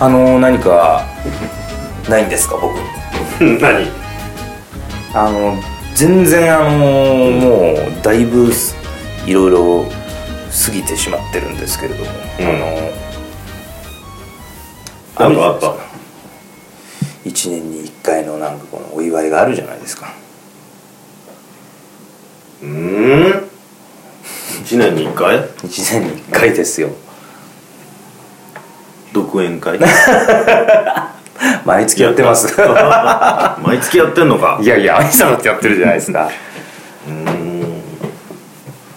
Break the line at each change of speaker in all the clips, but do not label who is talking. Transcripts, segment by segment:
あの何かないんですか僕
何
あの全然あのもうだいぶすいろいろ過ぎてしまってるんですけれども、
うん
あの
なんかあった
1年に1回のなんかこのお祝いがあるじゃないですか
うーん1年に1回
1年に1回ですよ
独演 会
毎月やってます
毎月やってんの か
いやいや兄さんだってやってるじゃないですか
うーん
い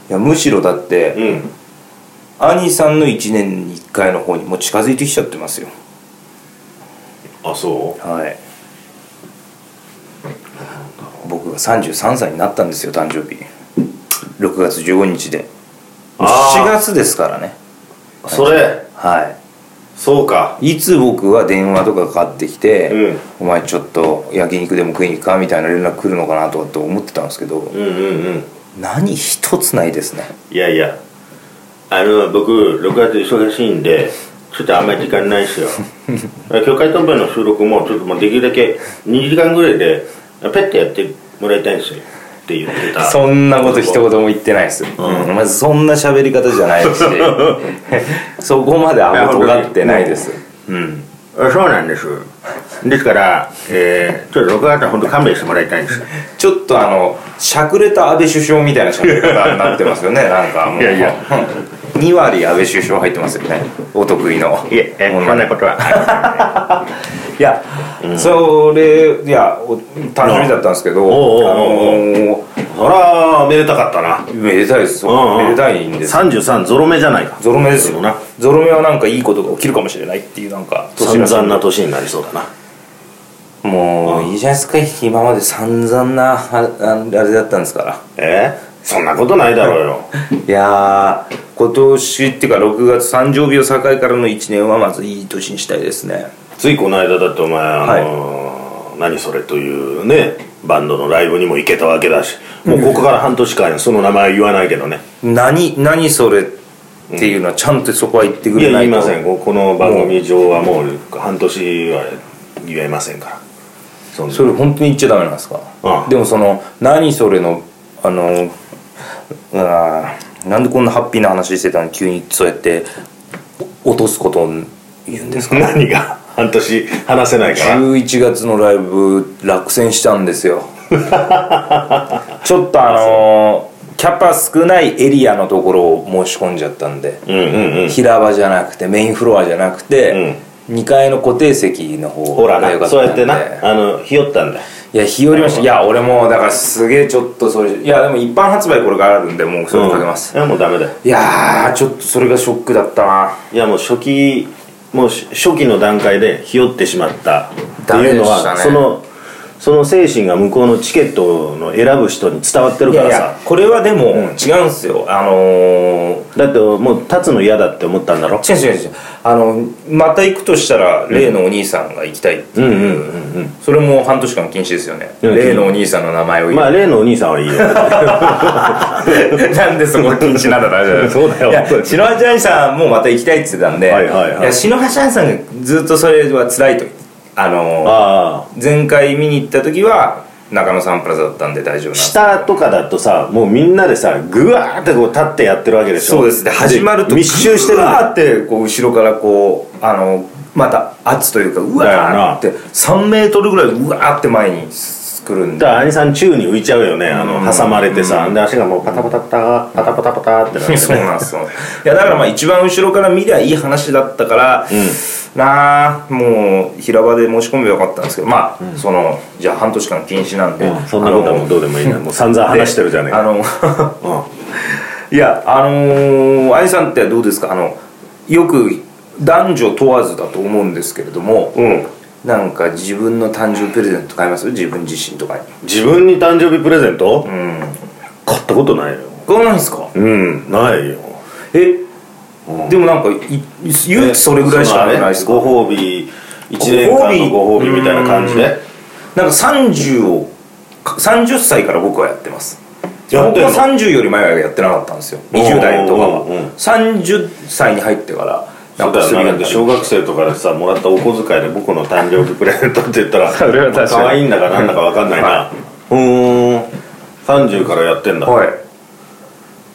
やむしろだって
うん
兄さんの1年に1回の方にもう近づいてきちゃってますよ
あそ
はい僕が33歳になったんですよ誕生日6月15日で
あー
7月ですからね
うそれ
は
そうか
いいつ僕は電話とかかかってきて、
うん
お前ちょっと焼肉でも食いに行くかみたいな連絡来るのかなとかって思ってたんですけど、
うんうんうん
何一つないですね
いやいやあの僕6月忙しいんでちょっとあんまり時間ないです よ教会トンペの収録もちょっともうできるだけ2時間ぐらいでペッてやってもらいたいんですよって言ってた
そんなこと一言も言ってないです、
ん
うんまずそんな喋り方じゃない しそこまであごとがってないですうん
あそうなんですですから、えー、ちょっと6月は本当勘弁してもらいたいんです
ちょっとあのしゃくれた安倍首相みたいなしゃべり方になってますよ ねなんかもう
いやいや
2割安倍首相入ってますよねお得意の
いええ
もの
そんなことはい
や、それいやお楽しみだったんですけど
おうおう
あ
お
の
ほらめでたかったな
めでたいですそう
うんうん
めでたいんです
33ゾロ目じゃないか
ゾロ目ですよ
な
ゾロ目はなんかいいことが起きるかもしれないっていうなんか
散
らしい
々な年になりそうだな
もういいじゃないですか今まで散々なあああれだったんですから
えー、そんなことないだろうよ
いやー今年っていうか6月誕生日を境からの1年はまずいい年にしたいですね
ついこの間だってお前あのー何それというねバンドのライブにも行けたわけだしもうここから半年間その名前言わないけどね
何何それっていうのはちゃんとそこは言ってく
いや
れない
言い
と
ませんここの番組上はもう半年は言えませんからそんな
それ本当に言っちゃダメなんですか、
うん
でもその何それのあのあーなんでこんなハッピーな話してたのに急にそうやってお落とすことを言うんですか
何が半年話せないから
11月のライブ落選したん ですよちょっとあのーキャパ少ないエリアのところを申し込んじゃったんで、
うんうんうん
平場じゃなくてメインフロアじゃなくて、2階の固定席の方
ほら
が良かっ
な
た
そ
ん
う
で
やってなあのひよったんだ
いや日和ましたいや俺もうだからすげえちょっとそれいやでも一般発売これからあるんでもうそれかけます、
いやもうダメだよ
いやーちょっとそれがショックだったない
やもう初期もうし初期の段階でひよってしまったっていうの
ダメで
は、
したね
そのその精神が向こうのチケットの選ぶ人に伝わってる
い
か
やい
らさ
やこれはでも違うんすよ、あのー、
だってもう立つの嫌だって思ったんだろ
違う違う違うあのまた行くとしたら例のお兄さんが行きたいっていう、それも半年間禁止ですよね、
うん
例のお兄さんの名前を言う、
まあ例のお兄さんはい いよ
なんでそこ禁止なんだって話だ
そうだよ
いや篠橋兄さんもまた行きたいって言ってたんで、
はいはいはい
や篠橋兄さんがずっとそれは辛いとあの
ああ
前回見に行った時は中野サンプラザだったんで大丈夫なんです
下とかだとさもうみんなでさぐわーってこう立ってやってるわけでしょ
そうですね始まると
密集してるん
う
だ
わーってこう後ろからこうあのまた圧というかうわーって3メートルぐらいうわーって前に来るんで
だから兄さん宙に浮いちゃうよねあの挟まれてさ、で足がもうパタパタパタパタパタパタってなって、ね、
そうなんですよいやだからまあ一番後ろから見りゃいい話だったから、なあもう平場で申し込めばよかったんですけどまあ、そのじゃあ半年間禁止なんで、
うんそんなことはもうどうでもいいなもう散々話してるじゃねえ
あ
か
の
う
い
ん
やあのー、あゆさんってどうですかあのよく男女問わずだと思うんですけれども、
うん
なんか自分の誕生日プレゼント買います自分自身とかに
自分に誕生日プレゼント、
ん
買ったことないよ
買わないんですか
うんないよ
え、でもなんかい唯一それぐらいしかないですか
そのあれご褒美1年間のご褒美みたいな感じで
なんか30をか30歳から僕はやってます
やってん
僕
の
は30より前はやってなかったんですよ20代とか
うんうんうん
は30歳に入ってから
そうだよなだって小学生とかでさもらったお小遣いで僕の誕生日プレゼントって言ったら
それは確かに
可愛いんだかなんだか分かんないなうーん30からやってんだ
はい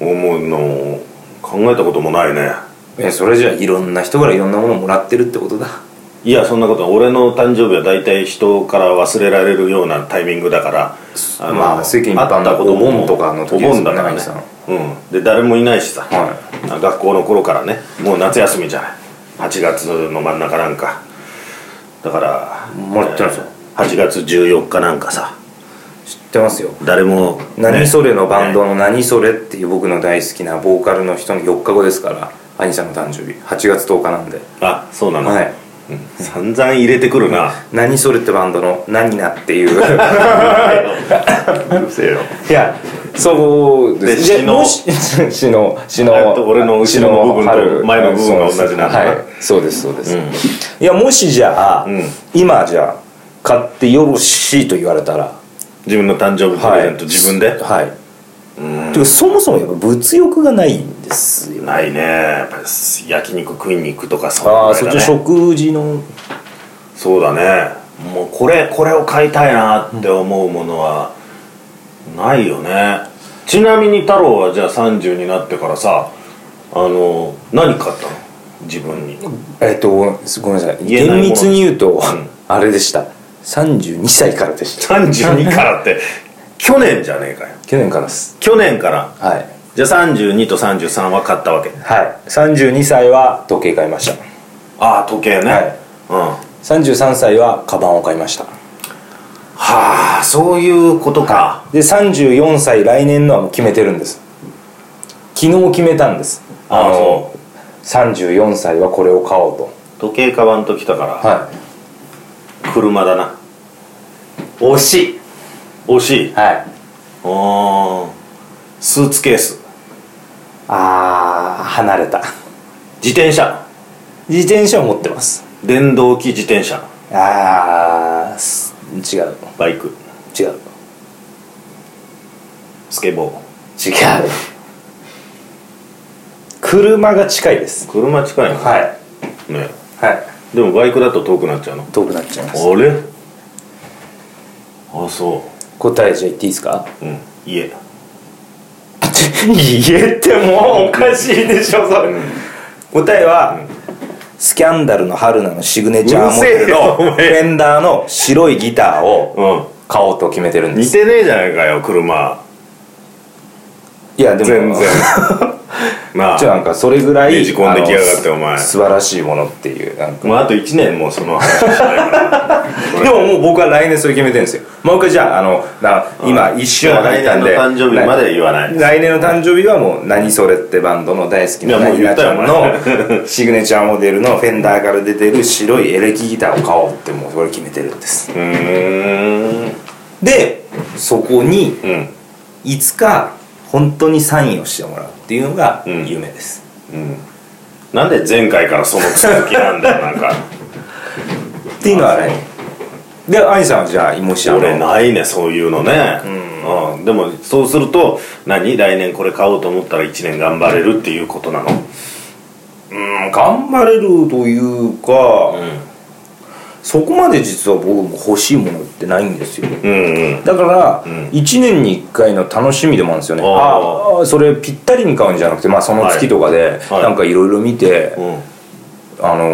思うの考えたこともないね
えそれじゃあいろんな人からいろんなものもらってるってことだ
いやそんなこと俺の誕生日は大体人から忘れられるようなタイミングだからの
まあ世間一般の
会ったことも
お盆とかの時で
お
すよね
盆だからね
兄さん
うんで誰もいないしさ、
は
学校の頃からねもう夏休みじゃない8月の真ん中なんかだから
もらってないですよ
8月14日なんかさ
知ってますよ
誰も、
何それのバン
ね
ドの「何それ」っていう僕の大好きなボーカルの人の4日後ですから兄さんの誕生日8月10日なんで
あそうなの、
はい
散々入れてくる な
「何それ」ってバンドの「何な」っていう
うるせえよ
いやそうで
で
す
詩の
もし 詩の詩の
えっと俺の後ろの部分
詩
と
春
前の部分が同じなんだな
はいそうですそうです、いやもしじゃあ、
うん
今じゃあ買ってよろしいと言われたら
自分の誕生日プレゼント、自分で
はいてかそもそもやっぱ物欲がないんですよ
ないねやっぱ焼肉食いに行くとかそん
ああ
ぐ
そっ
ら
ちの
いだね
食事の
そうだねもうこれこれを買いたいなって思うものはないよね、ちなみに太郎はじゃあ30になってからさあの何買ったの自分に
えっとごめんなさい
言えないも
厳
の
密に言うと、あれでした32歳からでした
32か らって去年じゃねえかよ
去年からです
去年から
はい
じゃあ32と33は買ったわけ
はい32歳は時計買いました
ああ時計ね、
はい
うん
33歳はカバンを買いました
はあそういうことか
で34歳来年のはもう決めてるんです昨日決めたんです
ああ
の
そ
34歳はこれを買おうと
時計買わんときたから、
は
車だない
惜しい
惜しい
はい
ああスーツケース
あー離れた
自転車
自転車を持ってます
電動機自転車
あー違う
バイク
違う
スケボー
違う車が近いです
車近いの
はい
ね
はい
でもバイクだと遠くなっちゃうの
遠くなっちゃいます
あれあそ
答えじゃ言っていいですか
ううん家
言えてもおかしいでしょそれ答えはスキャンダルの春菜のシグネチャーモデルの
うるせえよお
フェンダーの白いギターを
うん
買おうと決めてるんで
似
す
てねえじゃないかよ車
いやでも
全 然なあ
じゃあなんかそれぐらい
ねじ込んできやがって
あの
お前
素晴らしいものっていうなんか
もうあと1年もうその話しないから
でももう僕は来年それ決めてるんですよもう一回じゃああのな今一
じ
瞬
ゃあ
は入
来
った
年
ん
の
で
誕生日までは言わない
来年の誕生日はもう「何それ」ってバンドの大好きない
やもう
何
言
々
った
ちゃ
よ
んの シグネチャーモデルのフェンダーから出てる白いエレキギターを買おうってもうそれ決めてるんです
うーん
でそこに
うん
いつか本当にサインをしてもらうっていうのが夢です、
なんで前回からその続きなんだよなんか
って いうのはねで兄さんはじゃあもしあの
俺ないねそういうのねうん、でもそうすると何来年これ買おうと思ったら1年頑張れるっていうことなの
うん頑張れるというか、そこまで実は僕も欲しいものってないんですよ
うんうん
だから1年に1回の楽しみでもあるんですよね、
あー
ああそれぴったりに買うんじゃなくて、まあ、その月とかで
はい
なんかいろいろ見て、
うん
あの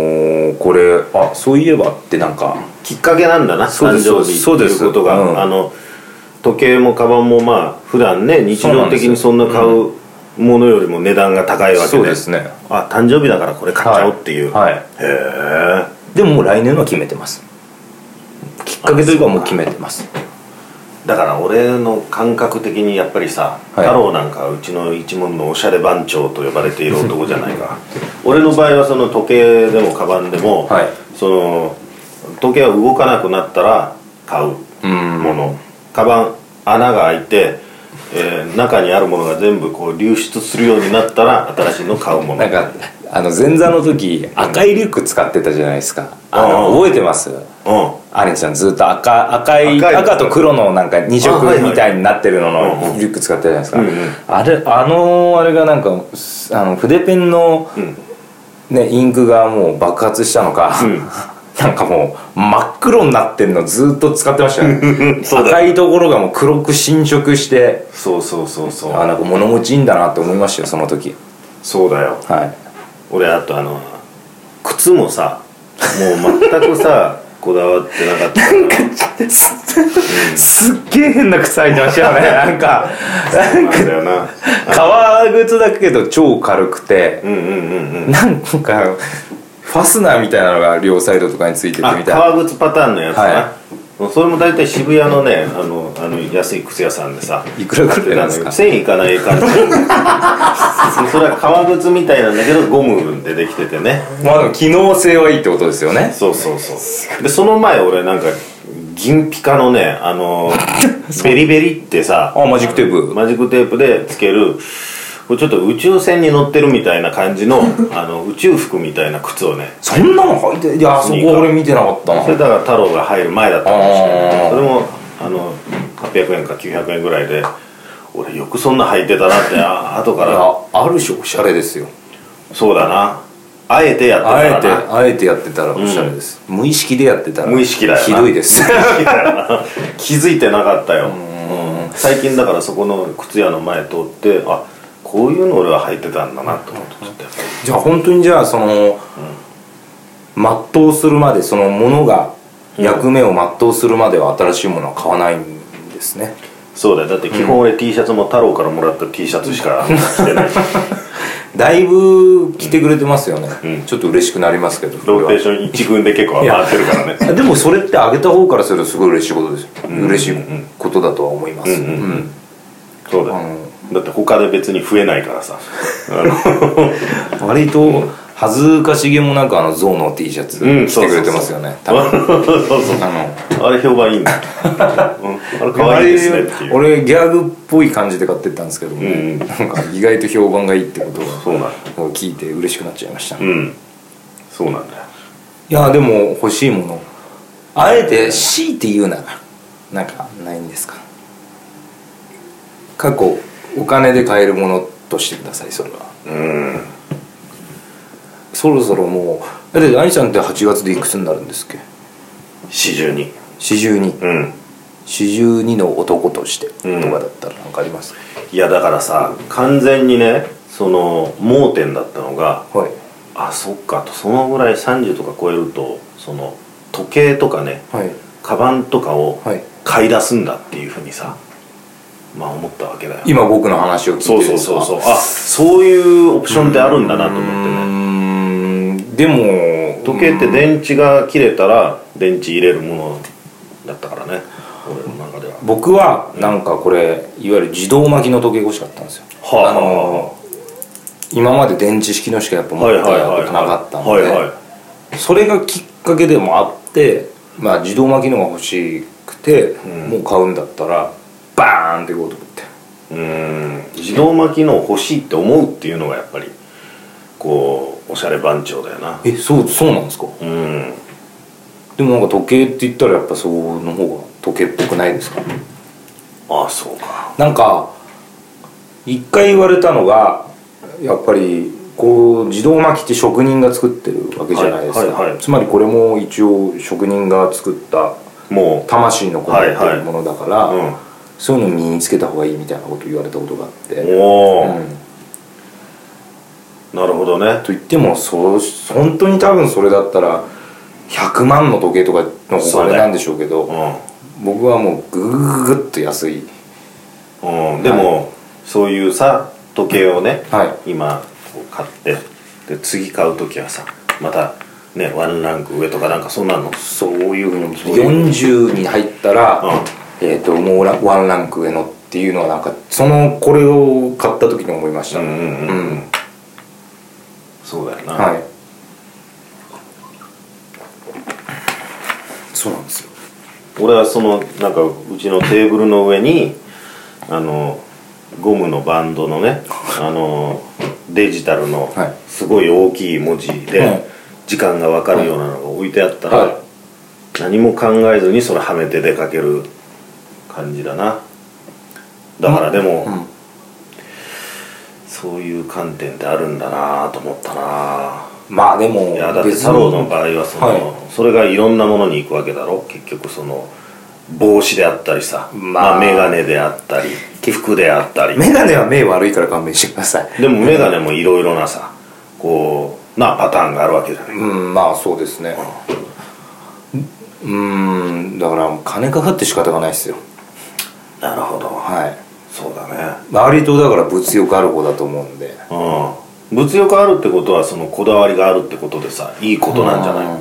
ーこれあそういえばってなんか
きっかけなんだな
そう
誕
です
生日
そう
って
で
い
す
うことが、
うん
あの時計もカバンもまあ普段ね日常的にそんな買うものよりも値段が高いわけで
そうですね
あ誕生日だからこれ買っちゃおうっていう、
はい
へえ
でももう来年は決めてますきっかけというかもう決めてます
だから俺の感覚的にやっぱりさ、
はい
太郎なんかはうちの一門のおしゃれ番長と呼ばれている男じゃないか俺の場合はその時計でもカバンでも、
はい
その時計は動かなくなったら買う
うん
ものカバン穴が開いて、えー中にあるものが全部こう流出するようになったら新しいの買うもの
なんかあの前座の時赤いリュック使ってたじゃないですかあの
うん
覚えてます
うん
アレンちゃんずっと赤赤い
赤い
赤
の
と黒のなんか二色
あはいはい
みたいになってるの
うんう
の
ん
リュック使ってたじゃないですか、
うんうん
あれあのあれがなんかすあの筆ペンの
うん
ね、インクがもう爆発したのか、 なんかもう真っ黒になってんのずっと使ってましたね
そうだ
赤いところがもう黒く侵食して
そうそうそうそう
あなんか物持ちいいんだなって思いましたよその時
そうだよ
はい
俺あとあの靴もさもう全くさ こだわってなかったから
すっげえ変な靴履いてましたよ ねなんか
なんだよな
革靴だけど超軽くて、
うんうんうんうん
なんかファスナーみたいなのが両サイドとかについててみた
あ
いな
革靴パターンのやつな、
は
それも大体渋谷のねあのあの安い靴屋さんでさ
いくらぐらいなんですか
線いかない感じ それは革靴みたいなんだけどゴムでできててね
まあでも機能性はいいってことですよね
そうそうそうでその前俺なんか銀ピカのね あのベリベリってさ
あマジックテープ
マジックテープでつけるこれちょっと宇宙船に乗ってるみたいな 感じのあの宇宙服みたいな靴をね
そんなの履いていやそこ俺見てなかったな
それだから太郎が入る前だったかもしれな
あ
い
ー
それもあの800円か900円ぐらいで俺よくそんな履いてたなってあ後から
あある種おしゃれですよ
そうだなあえてやってた
あえて
な
あえてやってたらおしゃれです、無意識でやってたら
無意識だよな
ひどいです
気づいてなかったようん最近だからそこの靴屋の前通ってあこういうの俺は履いてたんだなと思ってちょっとやっぱり
じゃあ本当にじゃあその、全うするまでそのものが役目を全うするまでは新しいものは買わないんですね、
そうだよだって基本俺 T シャツも太郎からもらった T シャツしか着 てないし
だいぶ来てくれてますよね、
うん
ちょっと嬉しくなりますけどそれは
ローテーション一軍で結構回ってるから ね
でもそれってあげた方からするとすごい嬉しいことですよ、嬉しいことだとは思います、
うんうんうん
うん
そうだよ
あの
だって他で別に増えないから さ
割と恥ずかしげもなくあの象の T シャツ
うん
着てくれてますよね、多分
そうそう
あの
あれ評判いいんだ、うん、あれ可愛いですねっていう
俺ギャグっぽい感じで買ってったんですけども、
ん
なんか意外と評判がいいってこと
そうなんだ
を聞いて嬉しくなっちゃいました、
う
い
んそうなんだよ
やでも欲しいものあえて強いて言うならなんかないんですか過去お金で買えるものとしてくださいそれは
うん
そろそろもうだって兄さんって8月でいくつになるんですっけ
四十二
4242
うん
の男として
うん
とかだったらなんかあります、
いやだからさ完全にねその盲点だったのが
はい
あそっかとそのぐらい30とか超えるとその時計とかね
はい
カバンとかを
はい
買い出すんだっていうふうにさまあ思ったわけだよ
今僕の話を聞いて
そうそう
ですか
そうそうあそういうオプションってあるんだなと思っ
う
てね
ーんでも
時計って電池が切れたら電池入れるものだったからね俺の中では
僕はなんかこれいわゆる自動巻きの時計欲しかったんですよ、
はあ
あの今まで電池式のしかやっぱ持
は
って
いは
た
いはい
ことなかった
はいはい
のでそれがきっかけでもあって、まあ、自動巻きのが欲しくて、
うん
もう買うんだったらバーンっていこうと思って
うーん自動巻きの欲しいって思うっていうのがやっぱりこうおしゃれ番長だよな
えそうそうなんですか
うん
でもなんか時計って言ったらやっぱその方が時計っぽくないですか
ああそうか
なんか一回言われたのがやっぱりこう自動巻きって職人が作ってるわけじゃないですか、
はいはいはい
つまりこれも一応職人が作った
も
魂のこもってるものだから、
う、うん、
そういうの身につけた方がいいみたいなこと言われたことがあって、うん、
おお、なるほどね
と言ってもそう本当に多分それだったら100万の時計とかのお金なんでしょうけど
う
僕はもうグググググッと安い
ん、うん、でも、そういうさ時計をね、
は
今こう買ってで次買う時はさまたねワンランク上とかなんかそんなの
そういうふうに40に入ったら、えー、ともうラワンランク上のっていうのはなんかそのこれを買った時に思いました、
うんうんうん、
うん
そうだよな、
はいそうなんですよ
俺はそのなんかうちのテーブルの上にあのゴムのバンドのねあのデジタルの
はい
すごい大きい文字
はい
で時間が分かるようなのが置いてあったら、
はい
何も考えずにそれはめて出かける感じだなだからでも、
ん
そういう観点ってあるんだなと思ったな
まあでも
いやだって
別に
太郎の場合はその、
は
それがいろんなものに行くわけだろ結局その帽子であったりさ、ま
ま
あ、
あ
眼鏡であったり服であったり
眼鏡は目悪いから勘弁してください
でも眼鏡もいろいろなさこうなパターンがあるわけじゃない
うんまあそうですねうんだから金かかって仕方がないですよ
なるほど
はい
そうだね
周りとだから物欲ある方だと思うんで
うん物欲あるってことはそのこだわりがあるってことでさいいことなんじゃない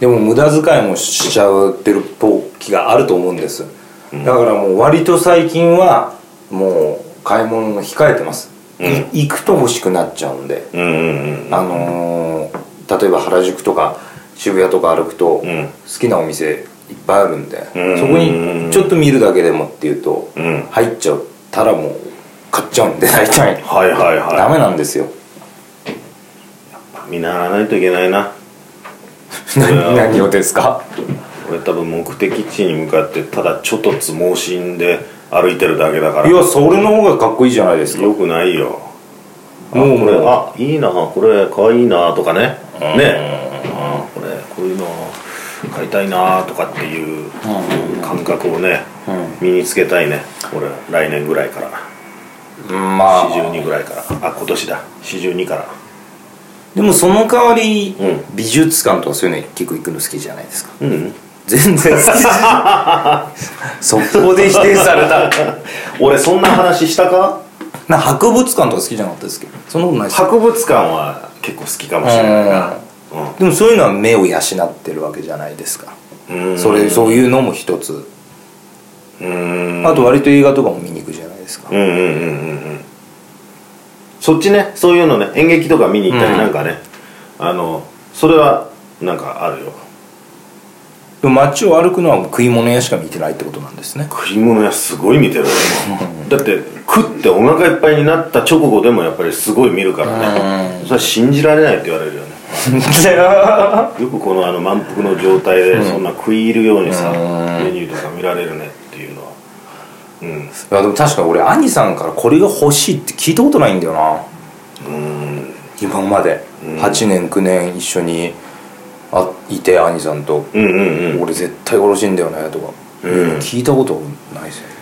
でも無駄遣いもしちゃってる時があると思うんです、だからもう割と最近はもう買い物も控えてます、
うん
い行くと欲しくなっちゃうんで、
うんうん
あのー例えば原宿とか渋谷とか歩くと、
ん
好きなお店いっぱいあるんで、
うん
そこにちょっと見るだけでもっていうと、
うん
入っちゃったらもう買っちゃうんで大体、
はいはいはい
ダメなんですよ
見習わないといけないな
何 何をですか
俺多分目的地に向かってただちょっとつ盲信で歩いてるだけだから
い
よ
やそれの方がかっこいいじゃないですか
くないよあ
もう
これあいいなこれかわいいなとかねねあこれこういうの買いたいなとかっていう感覚をね身につけたいね俺来年ぐらいから
うんまあ
42ぐらいからあ今年だ42から
でもその代わり、
うん
美術館とかそういうの結構行くの好きじゃないですか
うん
全然好きじゃないそこで否定さ れた
俺そんな話したか
な博物館とか好きじゃなかったですけどそんなことないです
博物館は結構好きかもしれないなうん
でもそういうのは目を養ってるわけじゃないですか
うん
それそういうのも一つ
うん
あと割と映画とかも見に行くじゃないですか
うんうんうんうんうんそっちねそういうのね演劇とか見に行ったり
うん
なんかね、あのそれはなんかあるよ
でも街を歩くのは食い物屋しか見てないってことなん ですね
食い物屋すごい見てるよ今 だって食ってお腹いっぱいになった直後でもやっぱりすごい見るからねそれは信じられないって言われるよねよくこのあの満腹の状態でそんな食い入るようにさ、メニューとか見られるねっていうのはうん
いやでも確かに俺兄さんからこれが欲しいって聞いたことないんだよな今まで8年9年一緒にあいて兄さんと
うんうんうん
俺絶対これ欲しいんだよねとか聞いたことないですよね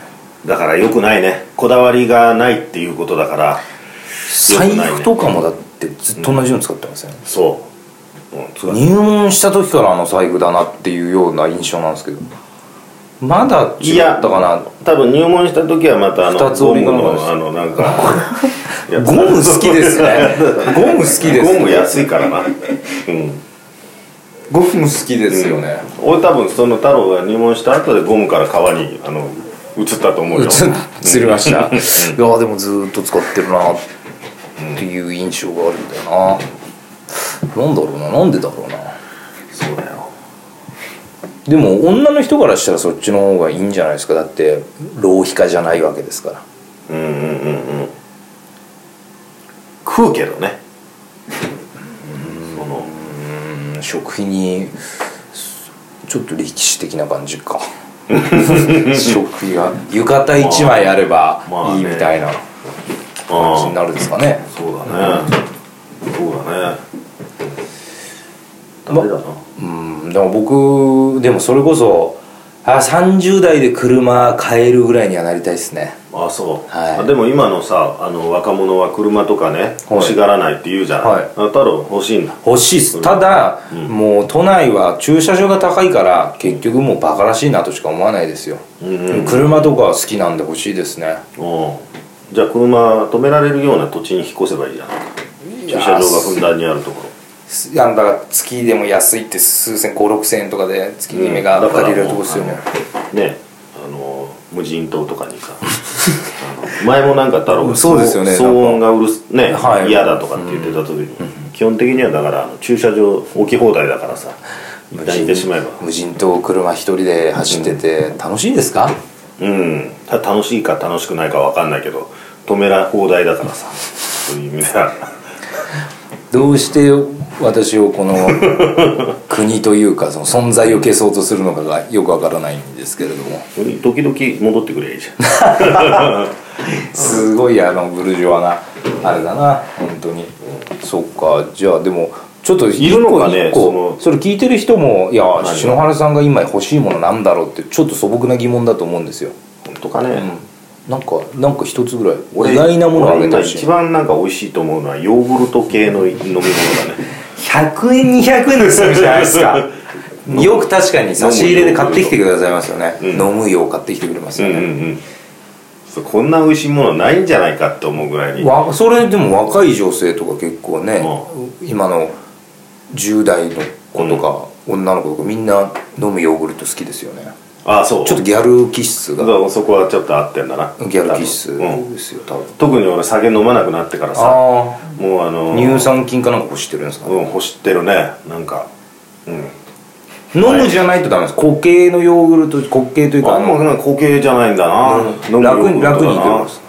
だからよくないねこだわりがないっていうことだから
財布とかもだってずっと同じの使ってますよね
そう、うん、つうか
入門した時からあの財布だなっていうような印象なんですけどまだ違ったかな
多分入門した時はまたあ
二
の
つ
ゴ
折
ム
りかなんかです
のあのなんかゴ
ゴム好きですねゴム好きです
ゴム安いからなうん
ゴム好きですよね
俺多分その太郎が入門した後でゴムから革にあの移ったと思うよ
映りましたいやでもずっと使ってるなっていう印象があるんだよななんだろうななんでだろうな
そうだよ
でも女の人からしたらそっちの方がいいんじゃないですかだって浪費家じゃないわけですから
うんうんうんうん食うけどねその
うん食費にちょっと歴史的な感じ か食費が浴衣一枚あれば
まあまあ
いい
ね
みたいな
あ
感じになるんですかね
そうだね、そうだねダメだな、
うんでも僕でもそれこそあ30代で車買えるぐらいにはなりたいですね
あそう、
はい
あでも今のさあの若者は車とかね欲しがらないって言うじゃん、
はい
あ太郎欲しいんだ
欲しいっすただ、もう都内は駐車場が高いから結局もうバカらしいなとしか思わないですよ、
うんうん
車とかは好きなんで欲しいですね
おうじゃあ車止められるような土地に引っ越せばいいじゃん駐車場がふんだんにあるところ
いやだから月でも安いって数千56000円とかで月に目が
だから
借りれるとこですよね、
あのねあの無人島とか にさあの前もなんか太郎が
そうですよね
騒音がうるすね、
はい
嫌だとかって言ってた時に、基本的にはだからあの駐車場置き放題だからさ一旦行ってしまえば
無人島車一人で走ってて楽しいですか、
うんた楽しいか楽しくないか分かんないけど止めら放題だからさそういう意味では
どうして私を この国というかその存在を消そうとするのかがよくわからないんですけれども
時々戻ってくればいいじゃん
すごいあのブルジョワなあれだな本当にそっかじゃあでもちょっと
いるのかね
一個一個
その
それ聞いてる人もいや
い
篠原さんが今欲しいものなんだろうってちょっと素朴な疑問だと思うんですよ、
本当かね、
なんかなんか一つぐらい
俺
意外なものをあげてほ
俺今
し
一
い
番なんか美味しいと思うのはヨーグルト系の飲み物だね
100円200円の人じゃないですか よく確かに差し入れで買ってきてくださいますよね、
うん
飲むよう買ってきてくれます
うん
よ
うん
ね、
うんそうこんな美味しいものないんじゃないかって思うぐらいに
わそれでも若い女性とか結構ね、今の10代の子とか、女の子とかみんな飲むヨーグルト好きですよね
ああそう
ちょっとギャル気質
だ
が
からそこはちょっと合ってんだな
ギャル気質
多分うん
ですよ多分
特に俺酒飲まなくなってからさ
あ
もうあ
あ
の
乳酸菌かなんか欲してるんですか
うん欲してるねなんかうん
飲むじゃないとダメです固形のヨーグルト固形というか
あ
あ
んま
の
なんか固形じゃないんだな飲む
楽に
ヨー
楽
グル
にい
ト
け
だな
ます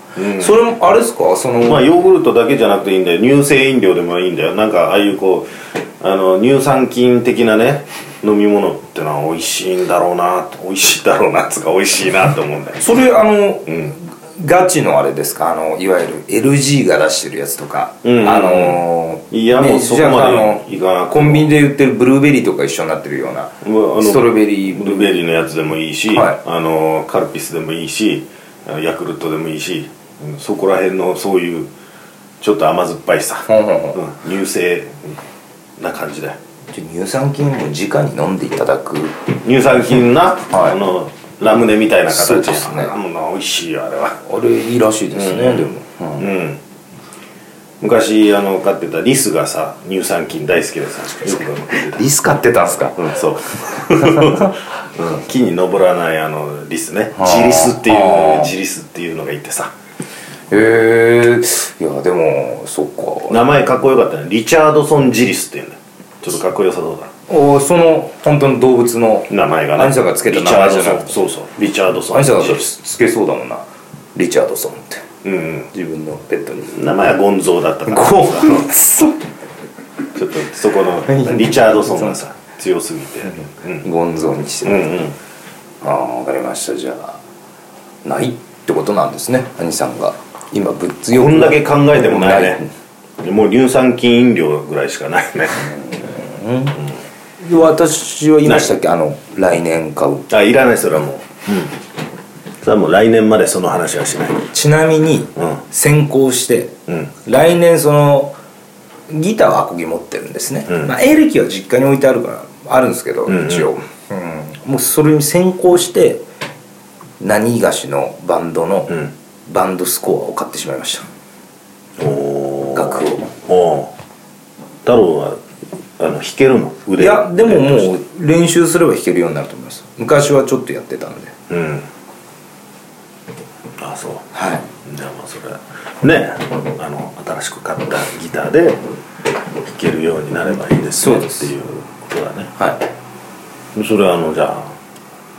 それもあれですかその
まあヨーグルトだけじゃなくていいんだよ乳製飲料でもいいんだよなんかああいうこうあの乳酸菌的なね飲み物ってのは美味しいんだろうな美味しいだろうなつうか美味しいなって思うん だよ
それあの
うん
ガチのあれですかあのいわゆる LG が出してるやつとかあ
うんうんうん
の
いやもうそこまでい
い
かなくても
コンビニで売ってるブルーベリーとか一緒になってるような
うわあの
ストロベリ
ブ
ー
ルーベリーのやつでもいいし、
はい
あのカルピスでもいいしあのヤクルトでもいいし、うんそこら辺のそういうちょっと甘酸っぱいさ、
ほんほんほん
うん乳製な感じだよ
ちょ乳酸菌を直に飲んでいただく
乳酸菌な、
はい
あのラムネみたいな形
そうですね
あもうな美味しいよあれは
あれいいらしいですね、
うん
でも、うん
うん昔あの飼ってたリスがさ乳酸菌大好きでさよく飲んでた
リス買ってたんすか
うん、そう、 うん、木に登らないあのリスね
あー
ジリスってい
あ
う
ー
ジリスっていうのがいてさ
へえいやでもそっか
名前かっこよかったねリチャードソン・ジリスっていうんだよちょっとかっこよさそうだ
おその本当の動物の
名前が
アニさんがつけた名前じゃなくて
リチャードソンそうそうリチャードソ
ア
ン・
ニ
ジ
さんが
リス
つけそうだもんなリチャードソンって
うん、うん
自分のペットに
名前はゴンゾーだったから
ゴンゾ
ちょっとそこのリチャードソンがさ強すぎてうん
ゴンゾーにして
う
る、
んうん
ああ分かりましたじゃあないってことなんですねアニさんが今物欲
こ
が
んだけ考えてもないねもう乳酸菌飲料ぐらいしかないね
ない私は言いましたっけあの来年買う
あいらないそれはもうそれはもう来年までその話はしない
ちなみに
うん
先行して、
うん
来年そのギターはアコギ持ってるんですね、
うん
まあ、エレキは実家に置いてあるからあるんですけど、
んうん
一応、うんもうそれに先行して何がしのバンドの
うん
バンドスコアを買ってしまいました、
おー
楽を
おー太郎はあの弾けるの腕
いやでももう練習すれば弾けるようになると思います昔はちょっとやってたんで
うんあそう
はい
じゃあまあそれはねあの新しく買ったギターで弾けるようになればいいです
そ
ね
う
っ
です
ていうことだね
はい
それはあのじゃあ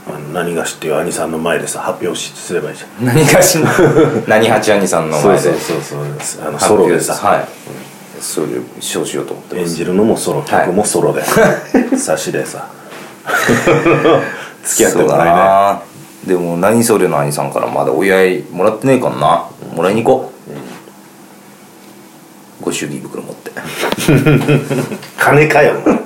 あの何がしっていう兄さんの前でさ発表しすればいいじゃん
何がし の何八兄さんの前で
そうそうあの
発
ソロ
表
ですさ、
はいそれしようしようと思って
演
ます
じるのもソロ
はい
曲もソ ロで、差しでさ付き合っても
そうだ
ら
なでも何それの兄さんからまだお祝いもらってねえからなもらいに行こう、ご祝儀袋持って
えない金かよもう